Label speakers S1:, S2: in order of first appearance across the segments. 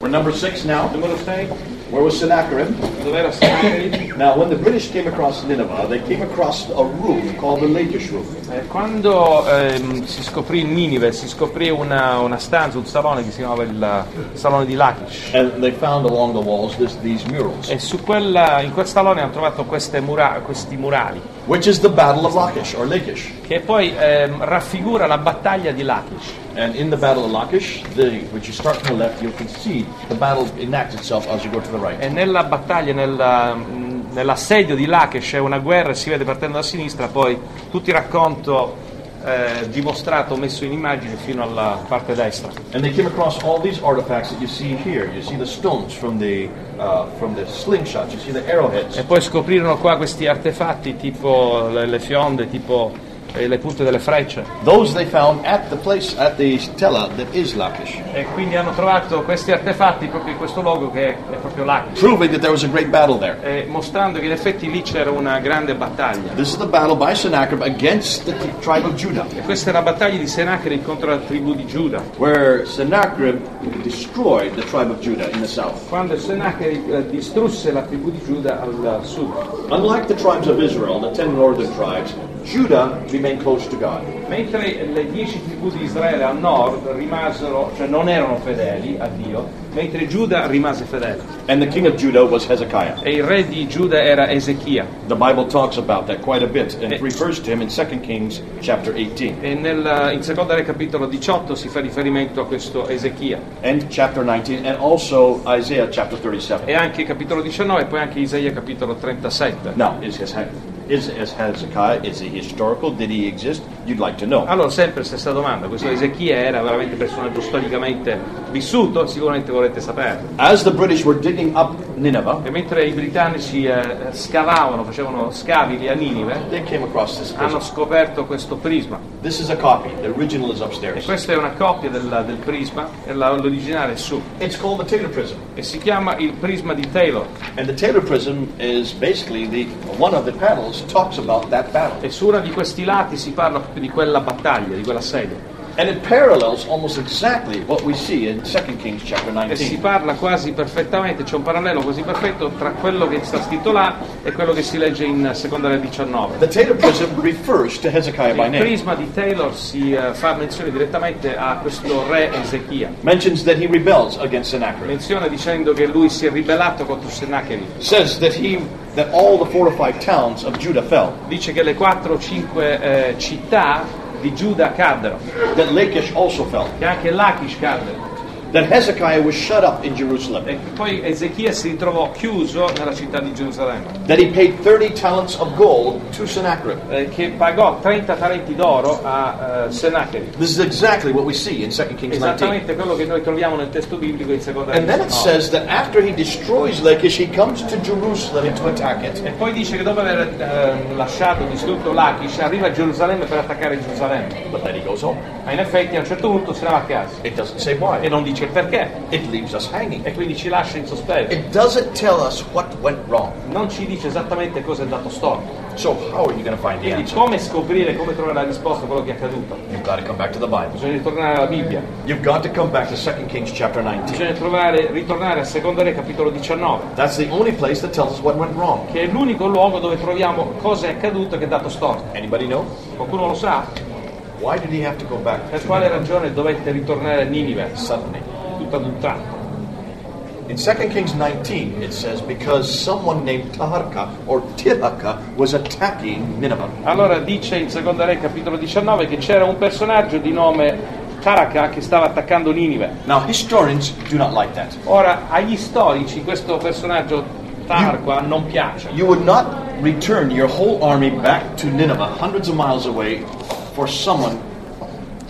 S1: We're number six now.
S2: Numero 6,
S1: Where was Sennacherib?
S2: dov'era Sacri?
S1: Now, when the British came across Nineveh, they came across a roof called the Lakish roof.
S2: Eh, Quando ehm, si scoprì Ninive, si scoprì una, una stanza, un salone che si chiamava il eh, Salone di Lachish.
S1: And they found along the walls this, these murals,
S2: E su quella, in quel salone hanno trovato queste mura- questi murali,
S1: which is the Battle of Lachish or Lakish.
S2: che poi ehm, raffigura la battaglia di Lachish.
S1: And in the Battle of Lachish, the, which you start from the left, you'll concede the battle enacts itself as you go to the right.
S2: E nella battaglia, nella- mh, nell'assedio di Lachish è una guerra e si vede partendo da sinistra, poi tutto il racconto eh, dimostrato, messo in immagine fino alla parte destra.
S1: And they came across all these artifacts that you see here. You see the stones from the uh, from the slingshots. You see the arrowheads.
S2: E poi scoprirono qua questi artefatti tipo le, le fionde, tipo eh, le punte delle frecce.
S1: Those they found at the place at the tela that is Lachish,
S2: E quindi hanno trovato questi artefatti proprio in questo luogo che è, è proprio Lachish,
S1: proving that there was a great battle there.
S2: e mostrando che in effetti lì c'era una grande battaglia.
S1: This is the battle by Sennacherib against the t- tribe of Judah,
S2: E questa è la battaglia di Sennacherib contro la tribù di Giuda.
S1: where Sennacherib destroyed the tribe of Judah in the south.
S2: Quando Sennacherib eh, distrusse la tribù di Giuda al sud.
S1: Unlike the tribes of Israel, the ten northern tribes, Judah remained close to God.
S2: Mentre le dieci tribù di Israele al nord rimasero, cioè non erano fedeli a Dio, mentre Giuda rimase fedele.
S1: And the king of Judah was Hezekiah.
S2: E il re di Giuda era Ezechia.
S1: The Bible talks about that quite a bit, and it refers to him in 2 Kings chapter 18
S2: E nel, in seconda re capitolo 18 si fa riferimento a questo Ezechia
S1: and chapter 19, and also Isaiah chapter 37.
S2: e anche capitolo 19 e poi anche Isaia capitolo 37.
S1: Now, is, Hezek- is, is Hezekiah is he historical? Did he exist? You'd like to know.
S2: Allora, sempre stessa domanda, questo Ezechia era veramente un personaggio storicamente vissuto? Sicuramente volete saperlo.
S1: As the British were digging up Nineveh,
S2: E mentre i britannici eh, scavavano, facevano scavi lì a Ninive,
S1: they came across this.
S2: hanno
S1: Prism.
S2: scoperto questo prisma.
S1: This is a copy. The original is upstairs.
S2: Questa è una copia del, del prisma, e la- l'originale è su,
S1: It's called the Taylor Prism,
S2: e si chiama il prisma di Taylor.
S1: and the Taylor Prism is basically the one of the panels talks about that battle,
S2: E su uno di questi lati si parla proprio di quella battaglia, di quell'assedio.
S1: and it parallels almost exactly what we see in 2 Kings chapter
S2: E si
S1: 19.
S2: parla quasi perfettamente, c'è un parallelo quasi perfetto tra quello che sta scritto là e quello che si legge in seconda del 19.
S1: The Taylor Prism refers to Hezekiah by
S2: Il
S1: name.
S2: prisma di Taylor si eh, fa menzione direttamente a questo re Ezechia.
S1: Mentions that he rebels against Sennacherib.
S2: Menziona dicendo che lui si è ribellato contro Sennacherib.
S1: Says that he that all the fortified towns of Judah fell.
S2: Dice che le 4 o 5 città di Giuda caddero,
S1: That Lachish also fell.
S2: che anche Lachish cadde.
S1: That Hezekiah was shut up in Jerusalem.
S2: E poi Ezechia si ritrovò chiuso nella città di Gerusalemme,
S1: That he paid 30 talents of gold to Sennacherib.
S2: eh, che pagò 30 talenti d'oro a eh, Sennacherib.
S1: This is exactly what we see in 2 Kings 19.
S2: Esattamente quello che noi troviamo nel testo biblico in seconda
S1: And then
S2: Re
S1: it says that after he destroys Lachish, he comes to Jerusalem to attack it.
S2: E poi dice che dopo aver eh, lasciato distrutto Lachish arriva a Gerusalemme per attaccare Gerusalemme.
S1: But then he goes home.
S2: Ma in effetti a un certo punto se ne va a casa
S1: It doesn't say
S2: e
S1: why.
S2: non dice il perché
S1: It leaves us hanging.
S2: e quindi ci lascia in sospeso.
S1: It doesn't tell us what went wrong.
S2: Non ci dice esattamente cosa è andato storto.
S1: So how are you going to find the
S2: Quindi
S1: answer?
S2: come scoprire, come trovare la risposta a quello che è accaduto?
S1: You've got to come back to the Bible.
S2: Bisogna ritornare alla Bibbia,
S1: You've got to come back to 2 Kings chapter 19.
S2: bisogna trovare, ritornare a seconda Re capitolo 19,
S1: That's the only place that tells us what went wrong.
S2: che è l'unico luogo dove troviamo cosa è accaduto che è dato storto.
S1: Anybody know?
S2: Qualcuno lo sa?
S1: Why did he have to go back
S2: Per quale ragione dovette ritornare a Ninive?
S1: suddenly?
S2: tutto ad un tratto.
S1: In 2 Kings 19, it says, because someone named Taharka or Tirhaka was attacking Nineveh.
S2: Allora dice in seconda re capitolo 19 che c'era un personaggio di nome Taraka che stava attaccando Ninive.
S1: Now, historians do not like that.
S2: Ora agli storici questo personaggio Tarqua non piace.
S1: You would not return your whole army back to Nineveh, hundreds of miles away, for someone,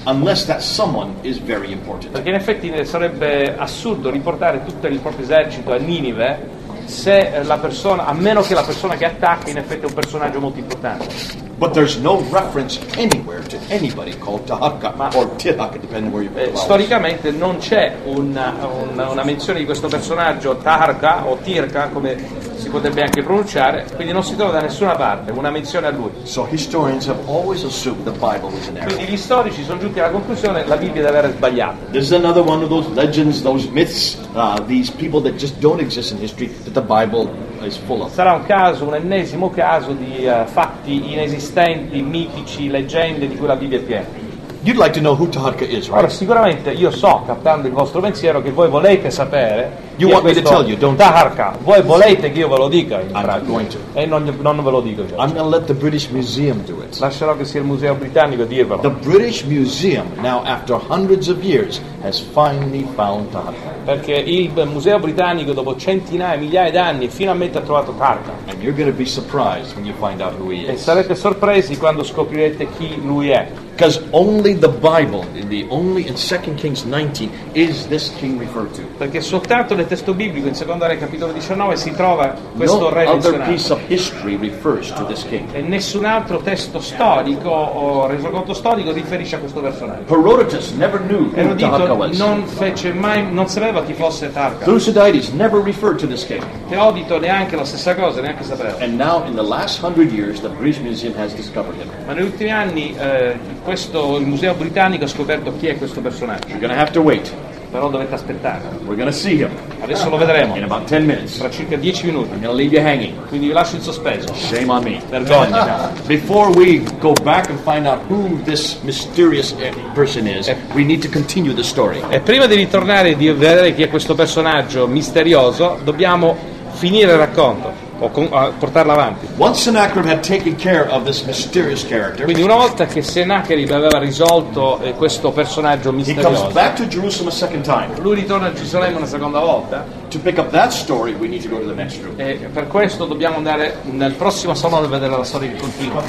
S1: unless that someone is very important.
S2: Perché in effetti ne sarebbe assurdo riportare tutto il proprio esercito a Ninive se eh, la persona, a meno che la persona che attacca in effetti è un personaggio molto importante.
S1: But there's no reference anywhere to anybody called Taharka or Tirhaka, depending where you put
S2: Eh,
S1: the vowels.
S2: storicamente non c'è una, una- una menzione di questo personaggio Tarka o Tirka come si potrebbe anche pronunciare, quindi non si trova da nessuna parte una menzione a lui.
S1: So historians have always assumed the Bible was an error.
S2: Quindi gli storici sono giunti alla conclusione che la Bibbia deve aver sbagliato.
S1: This is another one of those legends, those myths, uh, these people that just don't exist in history that the Bible is full of.
S2: Sarà un caso, un ennesimo caso di eh, fatti inesistenti, mitici, leggende di cui la Bibbia è piena.
S1: You'd like to know who Taharka is,
S2: Ora,
S1: right?
S2: sicuramente io so, captando il vostro pensiero, che voi volete sapere
S1: You
S2: chi è
S1: want me to
S2: questo
S1: tell you, don't you?
S2: Taharka. Voi volete che io ve lo dica, in
S1: not
S2: pratica.
S1: going to.
S2: E non, non ve lo dico io.
S1: I'm going to let the British Museum do it.
S2: Lascerò che sia il Museo Britannico a dirvelo.
S1: The British Museum, now after hundreds of years, has finally found Taharka.
S2: Perché il Museo Britannico, dopo centinaia, migliaia di anni, finalmente ha trovato Tarka.
S1: And you're going to be surprised when you find out who he
S2: E
S1: is.
S2: sarete sorpresi quando scoprirete chi lui è.
S1: Because only the Bible, in the only in 2 Kings 19, is this king referred to.
S2: Perché soltanto nel testo biblico, in seconda re, capitolo 19, si trova questo
S1: No
S2: re
S1: other
S2: menzionato.
S1: piece of history refers to this king.
S2: E nessun altro testo storico o resoconto storico riferisce a questo personaggio.
S1: Herodotus never knew who Taharka
S2: Erodito
S1: was.
S2: non fece mai, non sapeva chi fosse Tarka.
S1: Thucydides never referred to this king.
S2: Teodito neanche la stessa cosa, neanche sapeva.
S1: And now, in the last hundred years, the British Museum has discovered him.
S2: Ma negli ultimi anni eh, questo, il Museo Britannico ha scoperto chi è questo personaggio.
S1: You're going to have to wait.
S2: Però dovete aspettare.
S1: We're going to see him
S2: Adesso lo vedremo.
S1: in about 10 minutes.
S2: Tra circa 10 minuti.
S1: I'm going to leave you hanging.
S2: Quindi vi lascio in sospeso.
S1: Shame on me.
S2: Vergogna.
S1: Before we go back and find out who this mysterious eh, person is, we need to continue the story.
S2: E prima di ritornare e di vedere chi è questo personaggio misterioso, dobbiamo finire il racconto o con- a- portarlo avanti.
S1: Once Sennacherib had taken care of this mysterious character,
S2: Quindi una volta che Sennacherib aveva risolto eh, questo personaggio
S1: he comes
S2: misterioso,
S1: back to Jerusalem a second time.
S2: lui ritorna a Gerusalemme una seconda volta
S1: To pick up that story, we need to go to the next room.
S2: e per questo dobbiamo andare nel prossimo salone a vedere la storia che continua.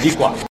S2: Di qua.